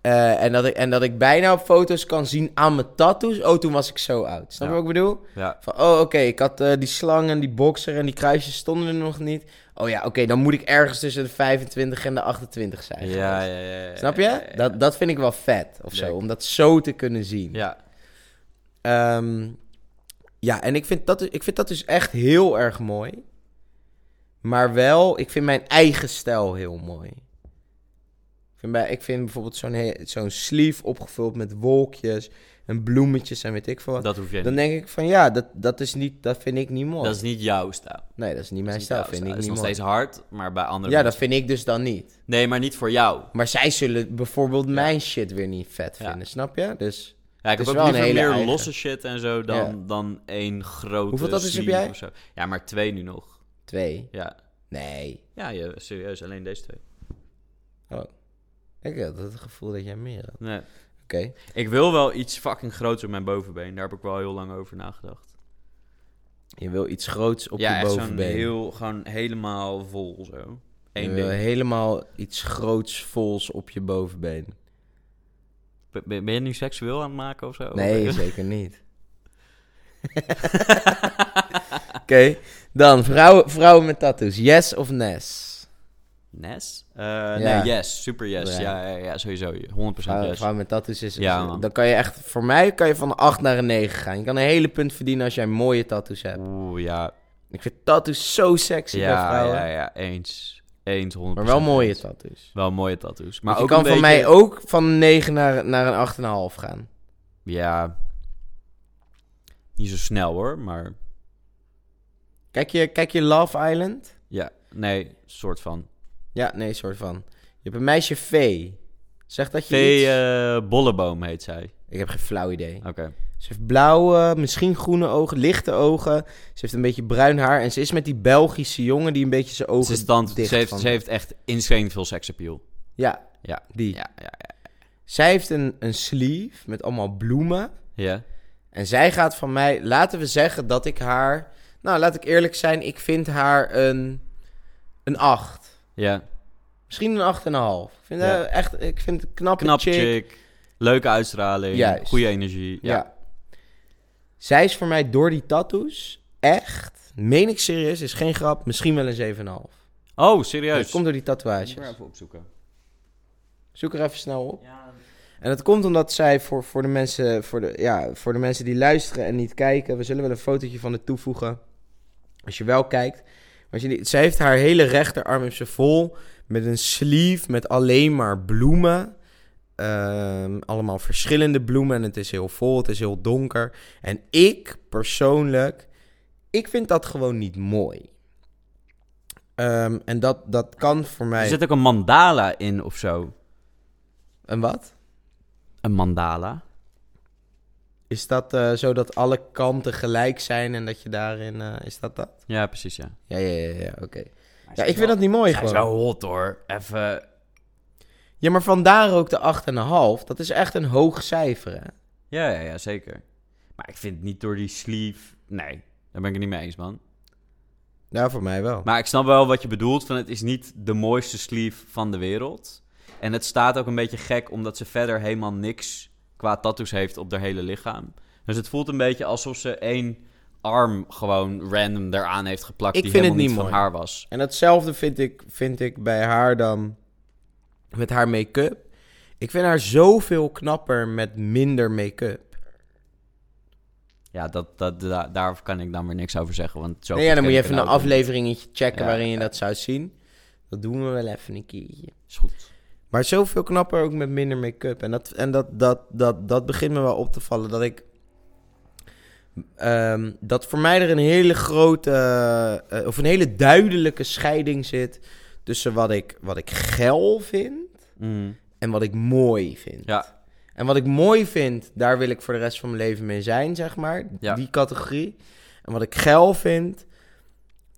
S3: Eh, en, dat ik, en dat ik bijna op foto's kan zien aan mijn tattoos. Oh, toen was ik zo oud. Snap je
S1: Ja.
S3: wat ik bedoel?
S1: ja.
S3: Van, oh, oké, ik had eh, die slang en die boxer en die kruisjes stonden er nog niet. Oh ja, oké, dan moet ik ergens tussen de 25 en de 28 zijn. geweest.
S1: Ja, ja, ja, ja.
S3: Snap je?
S1: Ja, ja, ja.
S3: Dat, dat vind ik wel vet of zo,
S1: Leuk.
S3: om dat zo te kunnen zien. Ja,
S1: Ja.
S3: ja en ik vind, dat, ik vind dat dus echt heel erg mooi. Maar wel, ik vind mijn eigen stijl heel mooi. Ik vind, bij, ik vind bijvoorbeeld zo'n he- zo'n sleeve opgevuld met wolkjes en bloemetjes en weet ik veel wat.
S1: Dat hoef je
S3: Dan
S1: niet.
S3: denk ik van ja, dat, dat, is niet, dat vind ik niet mooi.
S1: Dat is niet jouw stijl.
S3: Nee, dat is niet mijn
S1: Dat is
S3: stijl,
S1: jouw
S3: vind ik
S1: Dat is
S3: niet
S1: nog
S3: mooi.
S1: steeds hard, maar bij anderen...
S3: Ja, dat vind ik dus dan niet.
S1: Nee, maar niet voor jou.
S3: Maar zij zullen bijvoorbeeld mijn shit weer niet vet
S1: Ja.
S3: vinden, snap je? Dus
S1: Ja, ik
S3: Het
S1: heb
S3: is
S1: ook
S3: wel een
S1: liever
S3: hele
S1: meer
S3: eigen.
S1: losse shit en zo dan,
S3: Ja.
S1: dan één grote
S3: Hoeveel tattoos heb
S1: sleeve
S3: jij?
S1: of zo. Ja, maar twee nu nog.
S3: twee.
S1: Ja,
S3: Nee.
S1: ja je, serieus, alleen deze twee.
S3: Oh. Ik had het gevoel dat jij meer had. Oké.
S1: Nee. Ik wil wel iets fucking groots op mijn bovenbeen. Daar heb ik wel heel lang over nagedacht.
S3: Je wil iets groots op
S1: ja,
S3: je
S1: echt zo'n
S3: bovenbeen.
S1: heel, gewoon helemaal vol zo.
S3: je
S1: Eén
S3: wil
S1: ding.
S3: helemaal iets groots, vols op je bovenbeen.
S1: Ben- Ben, ben je nu seksueel aan het maken of zo?
S3: Nee, zeker
S1: (laughs)
S3: niet. Oké, dan vrouwen, vrouwen met tattoos. Yes of nes?
S1: Nes? Eh,
S3: Ja.
S1: Nee, yes. Super yes.
S3: Ja.
S1: Ja, ja, ja, sowieso. 100%
S3: Vrouwen,
S1: yes.
S3: vrouwen met tattoos is...
S1: Ja,
S3: is-
S1: man.
S3: dan kan je echt... Voor mij kan je van een 8 naar een 9 gaan. Je kan een hele punt verdienen als jij mooie tattoos hebt.
S1: Oeh, ja.
S3: Ik vind tattoos zo sexy bij
S1: Ja,
S3: vrouwen.
S1: ja, ja. Eens. Eens, 100%.
S3: Maar wel mooie
S1: eens.
S3: tattoos.
S1: Wel mooie tattoos.
S3: Maar
S1: Maar ook
S3: je kan
S1: een
S3: van
S1: beetje-
S3: mij ook van een 9 naar, naar een 8,5 gaan.
S1: Ja. Niet zo snel hoor, maar
S3: Kijk je, kijk je Love Island?
S1: ja. Nee, soort van.
S3: Ja, nee, soort van. Je hebt een meisje Vee. Zeg dat je
S1: Vee
S3: iets...
S1: eh, Bolleboom heet zij.
S3: Ik heb geen flauw idee.
S1: Oké.
S3: Ze heeft blauwe, misschien groene ogen, lichte ogen. Ze heeft een beetje bruin haar. En ze is met die Belgische jongen die een beetje zijn ogen
S1: Ze, is dan-
S3: dicht
S1: ze, heeft,
S3: van-
S1: ze heeft echt insane veel seksappeal.
S3: Ja,
S1: Ja.
S3: die.
S1: Ja, ja, ja.
S3: Zij heeft een, een sleeve met allemaal bloemen.
S1: Ja?
S3: En zij gaat van mij, laten we zeggen dat ik haar. Nou, laat ik eerlijk zijn, ik vind haar een. Een 8.
S1: Ja.
S3: Misschien een 8,5. Ik vind
S1: Ja.
S3: haar echt. Ik vind het een knappe
S1: Knap
S3: chick.
S1: chick. Leuke uitstraling.
S3: Juist.
S1: Goede energie.
S3: Ja.
S1: Ja.
S3: Zij is voor mij door die tattoos echt. Meen ik serieus, is geen grap. Misschien wel een 7,5.
S1: Oh,
S3: Dat
S1: serieus.
S3: komt door die tatoeages.
S1: even opzoeken.
S3: Zoek er even snel op.
S1: Ja.
S3: En dat komt omdat zij voor, voor, de mensen, voor, de, ja, voor de mensen die luisteren en niet kijken, we zullen wel een fotootje van het toevoegen. Als je wel kijkt. Als je niet, ze heeft haar hele rechterarm heeft ze vol met een sleeve met alleen maar bloemen. Ehm, allemaal verschillende bloemen. En het is heel vol, het is heel donker. En ik persoonlijk, ik vind dat gewoon niet mooi. Ehm, en dat, dat kan voor mij.
S1: Er zit ook een mandala in of zo.
S3: Een wat?
S1: Een mandala?
S3: Is dat eh, zo dat alle kanten gelijk zijn en dat je daarin. eh, is dat dat?
S1: Ja, precies, ja.
S3: Ja, ja, ja, ja oké. Ja, ik vind dat niet mooi
S1: Hij is
S3: gewoon.
S1: wel hot hoor. Even.
S3: Ja, maar vandaar ook de 8,5. Dat is echt een hoog cijfer, hè?
S1: Ja, ja, ja, zeker. Maar ik vind het niet door die sleeve. Nee, daar ben ik het niet mee eens, man.
S3: Ja, voor mij wel.
S1: Maar ik snap wel wat je bedoelt. Van het is niet de mooiste sleeve van de wereld. En het staat ook een beetje gek omdat ze verder helemaal niks qua tattoos heeft op haar hele lichaam. Dus het voelt een beetje alsof ze één arm gewoon random eraan heeft geplakt.
S3: Ik
S1: die
S3: vind het
S1: helemaal
S3: niet
S1: van
S3: mooi.
S1: haar was.
S3: En datzelfde vind ik, vind ik bij haar dan met haar make-up. Ik vind haar zoveel knapper met minder make-up.
S1: Ja, dat, dat, da- daar kan ik dan weer niks over zeggen. Want zo
S3: Nee, ja,
S1: goed
S3: dan moet
S1: ken ik
S3: je even
S1: haar
S3: een
S1: ook niet.
S3: afleveringetje checken
S1: Ja,
S3: waarin je
S1: ja.
S3: dat zou zien. Dat doen we wel even een keertje.
S1: Is goed.
S3: Maar zoveel knapper ook met minder make-up. En, dat, en dat, dat, dat, dat begint me wel op te vallen. Dat ik. ehm, dat voor mij er een hele grote. eh, of een hele duidelijke scheiding zit. Tussen wat ik, wat ik geil vind.
S1: Mm.
S3: En wat ik mooi vind.
S1: Ja.
S3: En wat ik mooi vind, daar wil ik voor de rest van mijn leven mee zijn, zeg maar.
S1: Ja.
S3: Die categorie. En wat ik geil vind,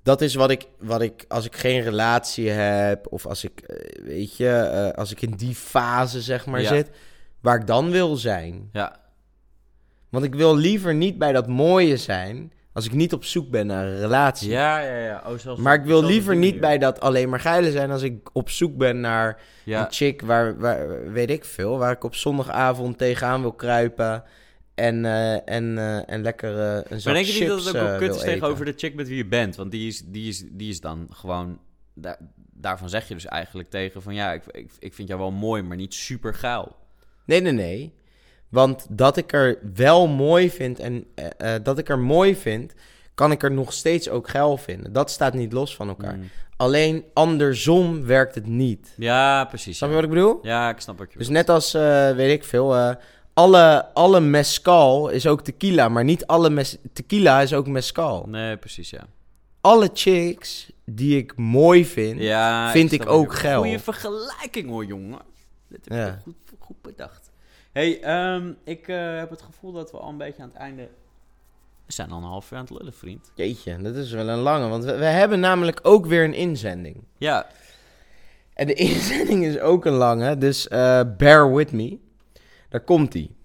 S3: dat is wat ik, wat ik als ik geen relatie heb, of als ik, eh, weet je, eh, als ik in die fase, zeg maar,
S1: Ja.
S3: zit, waar ik dan wil zijn.
S1: Ja.
S3: Want ik wil liever niet bij dat mooie zijn, als ik niet op zoek ben naar een relatie.
S1: Ja, ja, ja. Oh, zelfs
S3: Maar ik wil
S1: zelfs op
S3: liever
S1: die
S3: niet
S1: manier.
S3: bij dat alleen maar geile zijn als ik op zoek ben naar
S1: Ja.
S3: een chick waar, waar, weet ik veel, waar ik op zondagavond tegenaan wil kruipen en, eh, en, eh, en lekker eh, een zak
S1: Maar denk je niet dat
S3: chips
S1: het ook wel
S3: eh,
S1: kut
S3: wil
S1: is
S3: eten.
S1: tegenover de chick met wie je bent? Want die is, die is, die is dan gewoon... daar- daarvan zeg je dus eigenlijk tegen van... Ja, ik, ik, ik vind jou wel mooi, maar niet super gaal.
S3: Nee, nee, nee. Want dat ik er wel mooi vind en eh, eh, dat ik er mooi vind, kan ik er nog steeds ook geil vinden. Dat staat niet los van elkaar.
S1: Hmm.
S3: Alleen andersom werkt het niet.
S1: Ja, precies.
S3: Snap
S1: Ja.
S3: je wat ik bedoel?
S1: Ja, ik snap wat je
S3: Dus
S1: bedoelt.
S3: net als, eh, weet ik veel, eh, alle, alle mezcal is ook tequila, maar niet alle mes- tequila is ook mezcal.
S1: Nee, precies, ja.
S3: Alle chicks die ik mooi vind,
S1: ja
S3: vind
S1: snap
S3: ik
S1: wat je
S3: ook
S1: bedoelt.
S3: geil.
S1: Goeie vergelijking hoor, jongen. Dit heb je
S3: Ja.
S1: toch goed, goed bedacht. hey, ehm, ik eh, heb het gevoel dat we al een beetje aan het einde... We zijn al een half uur aan het lullen, vriend.
S3: jeetje, dat is wel een lange, want we, we hebben namelijk ook weer een inzending.
S1: Ja,
S3: En de (laughs) inzending is ook een lange, dus eh, bear with me. Daar komt ie.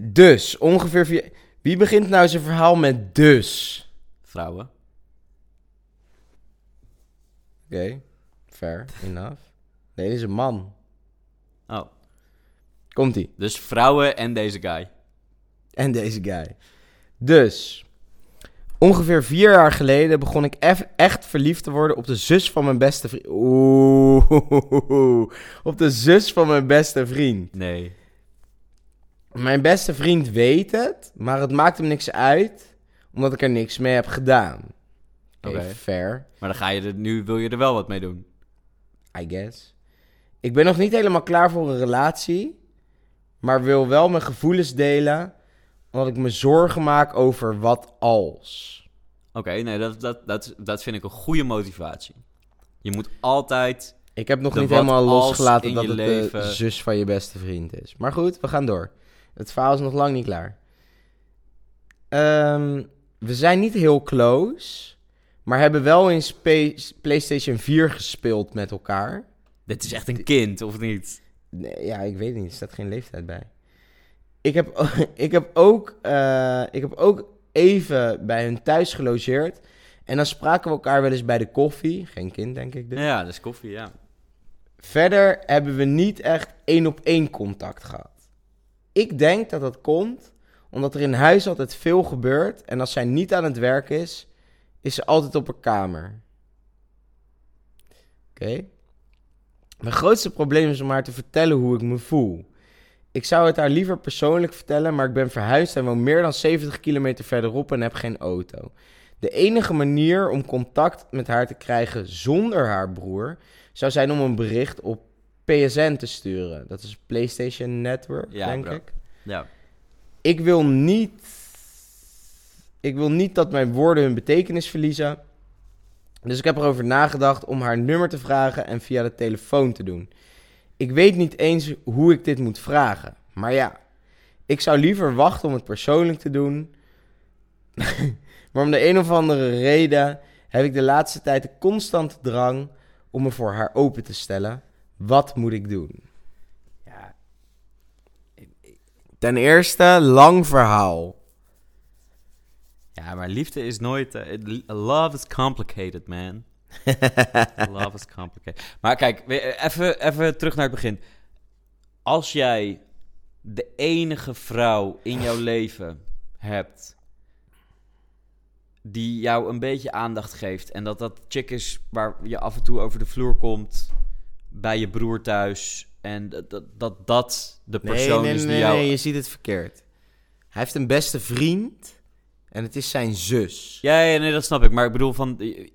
S3: Dus, ongeveer... vier- Wie begint nou zijn verhaal met dus?
S1: vrouwen.
S3: Oké, fair enough. Nee, dit is een man.
S1: Oh,
S3: Komt-ie.
S1: dus vrouwen en deze guy.
S3: En deze guy. Dus, ongeveer vier jaar geleden begon ik eff- echt verliefd te worden op de zus van mijn beste vriend. Oeh, op de zus van mijn beste vriend.
S1: Nee.
S3: Mijn beste vriend weet het, maar het maakt hem niks uit, omdat ik er niks mee heb gedaan. Oké,
S1: Oké.
S3: fair,
S1: Maar dan ga je er, nu wil je er wel wat mee doen.
S3: I guess. Ik ben nog niet helemaal klaar voor een relatie, maar wil wel mijn gevoelens delen, omdat ik me zorgen maak over wat als.
S1: Oké, nee, dat, dat, dat, dat vind ik een goede motivatie. Je moet altijd.
S3: Ik heb nog
S1: De
S3: niet
S1: wat
S3: helemaal
S1: als
S3: losgelaten
S1: in
S3: dat
S1: je
S3: het de
S1: leven.
S3: zus van je beste vriend is. Maar goed, we gaan door. Het verhaal is nog lang niet klaar. Ehm, we zijn niet heel close, maar hebben wel eens P- PlayStation 4 gespeeld met elkaar.
S1: Dit is echt een kind, of niet?
S3: Nee, ja, ik weet het niet, er staat geen leeftijd bij. Ik heb, (laughs) o- ik heb, ook, eh, ik heb ook even bij hun thuis gelogeerd. En dan spraken we elkaar wel eens bij de koffie. Geen kind, denk ik dus.
S1: Ja, dat is koffie, ja.
S3: Verder hebben we niet echt één op één contact gehad. Ik denk dat dat komt omdat er in huis altijd veel gebeurt en als zij niet aan het werk is, is ze altijd op haar kamer. Oké. Mijn grootste probleem is om haar te vertellen hoe ik me voel. Ik zou het haar liever persoonlijk vertellen, maar ik ben verhuisd en woon meer dan 70 kilometer verderop en heb geen auto. De enige manier om contact met haar te krijgen zonder haar broer zou zijn om een bericht op PSN te sturen. Dat is PlayStation Network,
S1: Ja,
S3: denk
S1: bro.
S3: ik.
S1: Ja.
S3: Ik wil niet. Ik wil niet dat mijn woorden hun betekenis verliezen. Dus ik heb erover nagedacht om haar nummer te vragen en via de telefoon te doen. Ik weet niet eens hoe ik dit moet vragen. Maar ja, ik zou liever wachten om het persoonlijk te doen. (laughs) maar om de een of andere reden heb ik de laatste tijd de constante drang om me voor haar open te stellen. Wat moet ik doen?
S1: ja.
S3: Ten eerste, lang verhaal.
S1: Ja, maar liefde is nooit... eh, it- love is complicated,
S3: (laughs)
S1: man. love is complicated. Maar kijk, we- eh, even, even terug naar het begin. Als jij de enige vrouw in jouw leven hebt... die jou een beetje aandacht geeft... en dat dat chick is waar je af en toe over de vloer komt... bij je broer thuis... en dat dat, dat, dat de persoon
S3: nee, nee,
S1: is die
S3: nee,
S1: jou...
S3: nee, je ziet het verkeerd. Hij heeft een beste vriend en het is zijn zus.
S1: Ja, ja, nee, dat snap ik. Maar ik bedoel, van, je-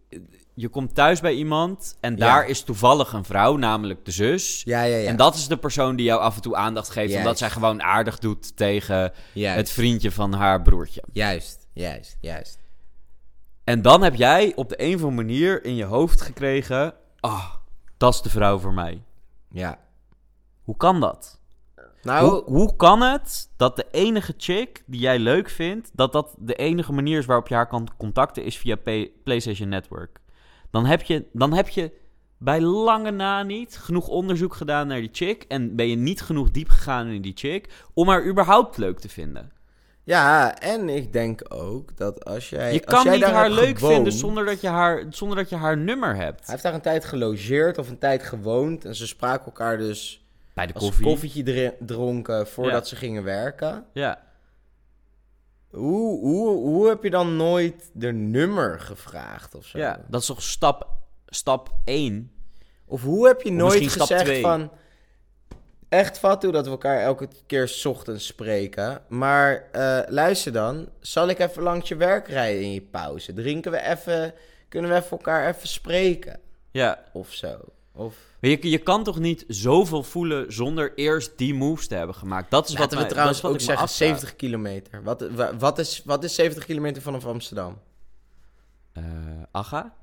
S1: je komt thuis bij iemand en daar
S3: Ja.
S1: is toevallig een vrouw, namelijk de zus.
S3: Ja, ja, ja.
S1: En dat is de persoon die jou af en toe aandacht geeft, omdat
S3: Juist.
S1: zij gewoon aardig doet tegen
S3: juist,
S1: het vriendje van haar broertje.
S3: juist, juist, juist.
S1: En dan heb jij op de een of andere manier in je hoofd gekregen, ah, dat is de vrouw voor mij.
S3: Ja.
S1: Hoe kan dat?
S3: Nou,
S1: Hoe, hoe kan het dat de enige chick die jij leuk vindt, dat dat de enige manier is waarop je haar kan contacten is via P- PlayStation Network? Dan heb, je, dan heb je bij lange na niet genoeg onderzoek gedaan naar die chick en ben je niet genoeg diep gegaan in die chick om haar überhaupt leuk te vinden.
S3: ja, en ik denk ook dat als jij.
S1: Je
S3: als
S1: kan
S3: jij
S1: niet
S3: daar
S1: haar
S3: hebt
S1: leuk
S3: gewoond-
S1: vinden zonder dat, je haar, zonder dat je haar nummer
S3: Hij
S1: hebt.
S3: heeft daar een tijd gelogeerd of een tijd gewoond en ze spraken elkaar dus
S1: Bij de
S3: als ze
S1: koffie.
S3: koffietje dri- dronken voordat
S1: Ja.
S3: ze gingen werken.
S1: Ja.
S3: Hoe, hoe, hoe heb je dan nooit de nummer gevraagd of zo?
S1: ja, dat is toch stap, stap 1
S3: Of hoe heb je nooit
S1: misschien stap
S3: gezegd
S1: twee.
S3: van... Echt fatu dat we elkaar elke keer 's ochtends spreken. Maar eh, luister dan, zal ik even langs je werk rijden in je pauze? Drinken we even, kunnen we even elkaar even spreken?
S1: Ja,
S3: Of zo. Of...
S1: Maar je, je kan toch niet zoveel voelen zonder eerst die moves te hebben gemaakt? Dat is wat
S3: Laten we
S1: mij-
S3: trouwens
S1: dat
S3: ook
S1: is wat ik me
S3: zeggen,
S1: afvraag.
S3: 70 kilometer. Wat, wa- wat, is, wat is 70 kilometer vanaf Amsterdam?
S1: Eh, Aga?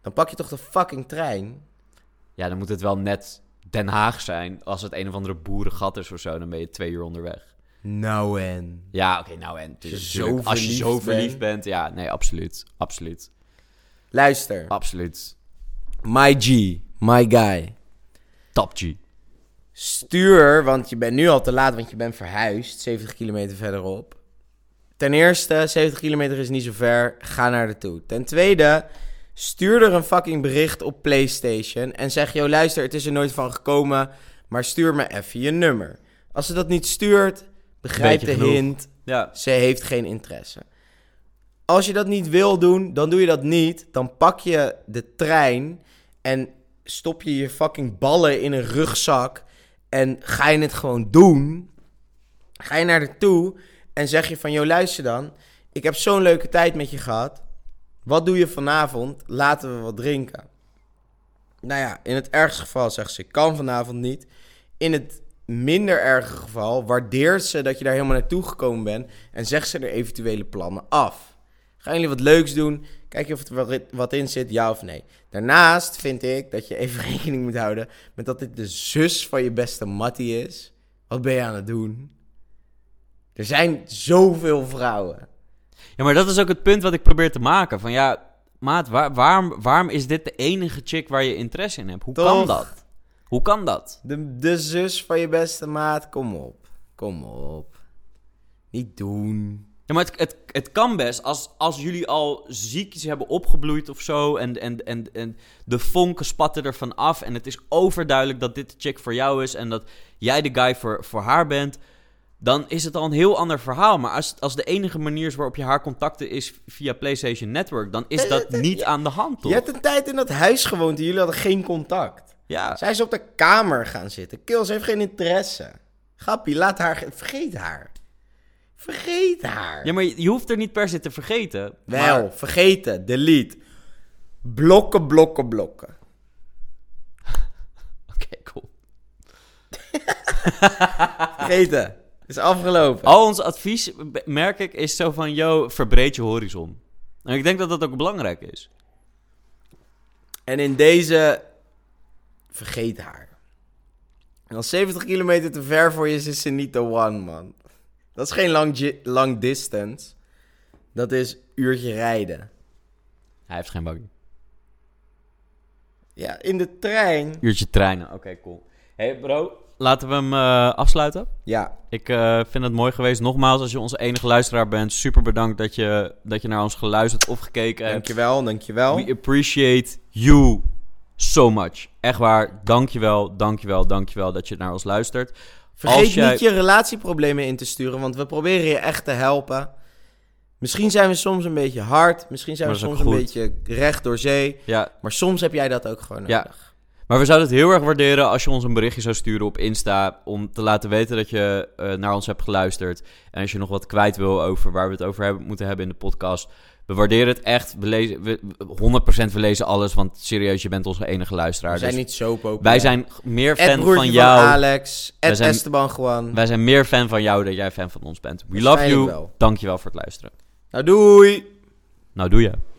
S3: Dan pak je toch de fucking trein?
S1: Ja, dan moet het wel net Den Haag zijn. Als het een of andere boerengat is of zo, dan ben je twee uur onderweg.
S3: Nou en...
S1: Ja, oké, nou en.
S3: je
S1: tuurlijk,
S3: zo
S1: tuurlijk. als je
S3: verliefd
S1: zo
S3: bent.
S1: verliefd bent. Ja, nee, absoluut. Absoluut.
S3: Luister,
S1: Absoluut.
S3: my G, my guy.
S1: Top G.
S3: Stuur, want je bent nu al te laat, want je bent verhuisd, 70 kilometer verderop. Ten eerste, 70 kilometer is niet zo ver, ga naar de toe. Ten tweede, stuur er een fucking bericht op PlayStation en zeg, yo luister, het is er nooit van gekomen, maar stuur me even je nummer. Als ze dat niet stuurt, begrijp
S1: Beetje
S3: de
S1: genoeg.
S3: hint,
S1: Ja,
S3: ze heeft geen interesse. Als je dat niet wil doen, dan doe je dat niet. Dan pak je de trein en stop je je fucking ballen in een rugzak. En ga je het gewoon doen. Ga je naar haar toe en zeg je van... Yo, luister dan. Ik heb zo'n leuke tijd met je gehad. Wat doe je vanavond? Laten we wat drinken. Nou ja, in het ergste geval zegt ze... Ik kan vanavond niet. In het minder erge geval waardeert ze dat je daar helemaal naartoe gekomen bent... en zegt ze er eventuele plannen af. Gaan jullie wat leuks doen? Kijk je of er wel wat in zit, ja of nee. Daarnaast vind ik dat je even (laughs) rekening moet houden met dat dit de zus van je beste mattie is. Wat ben je aan het doen? Er zijn zoveel vrouwen.
S1: Ja, maar dat is ook het punt wat ik probeer te maken. Van ja, maat, waar, waarom, waarom is dit de enige chick waar je interesse in hebt? Hoe kan
S3: Toch?
S1: dat? Hoe kan dat?
S3: De, de zus van je beste maat, kom op. Kom op. Niet doen.
S1: Ja, maar het, het, het kan best als, als jullie al ziekjes hebben opgebloeid of zo. En, en, en, en de vonken spatten ervan af. En het is overduidelijk dat dit de chick voor jou is. En dat jij de guy voor, voor haar bent. Dan is het al een heel ander verhaal. Maar als, als de enige manier is waarop je haar contacten is via PlayStation Network. dan is dat niet aan de hand,
S3: Je
S1: toch?
S3: hebt een tijd in dat huis gewoond en jullie hadden geen contact.
S1: Ja,
S3: Zij is op de kamer gaan zitten. Kills heeft geen interesse. Grappie, laat haar... ge- Vergeet haar. Vergeet haar.
S1: ja maar je, je hoeft er niet per se te vergeten.
S3: Wel,
S1: maar- (laughs)
S3: vergeten, delete. Blokken, blokken, blokken.
S1: Oké, cool.
S3: Vergeten. is afgelopen.
S1: Al ons advies, be- merk ik, is zo van, yo, verbreed je horizon. En ik denk dat dat ook belangrijk is.
S3: En in deze... Vergeet haar. En als 70 kilometer te ver voor je is, is ze niet de one, man. Dat is geen long, gi- long distance. Dat is uurtje rijden.
S1: Hij heeft geen buggy.
S3: Ja, in de trein.
S1: Uurtje treinen, oké, cool. hey, bro, laten we hem eh, afsluiten.
S3: Ja,
S1: Ik eh, vind het mooi geweest. Nogmaals, als je onze enige luisteraar bent, super bedankt dat je, dat je naar ons geluisterd of gekeken hebt.
S3: dankjewel, dankjewel.
S1: We appreciate you so much. Echt waar, dankjewel, dankjewel, dankjewel dat je naar ons luistert.
S3: Vergeet
S1: Als jij-
S3: niet je relatieproblemen in te sturen, want we proberen je echt te helpen. Misschien zijn we soms een beetje hard, misschien zijn we
S1: Maar dat is
S3: soms
S1: ook
S3: een
S1: goed.
S3: beetje recht door zee.
S1: Ja,
S3: Maar soms heb jij dat ook gewoon
S1: Ja.
S3: nodig.
S1: maar we zouden het heel erg waarderen als je ons een berichtje zou sturen op Insta... om te laten weten dat je eh, naar ons hebt geluisterd. En als je nog wat kwijt wil over waar we het over hebben, moeten hebben in de podcast... We waarderen het echt. We lezen, we, 100% we lezen alles. Want serieus, je bent onze enige luisteraar.
S3: we zijn
S1: dus-
S3: niet zo populair.
S1: Wij zijn g- meer
S3: Het
S1: fan
S3: broertje
S1: van jou.
S3: Alex,
S1: Wij
S3: Ed
S1: zijn-
S3: Esteban gewoon.
S1: Wij zijn meer fan van jou dan jij fan van ons bent. We love
S3: Waarschijnlijk
S1: you.
S3: wel.
S1: Dankjewel voor het luisteren.
S3: Nou doei!
S1: Nou, doe je.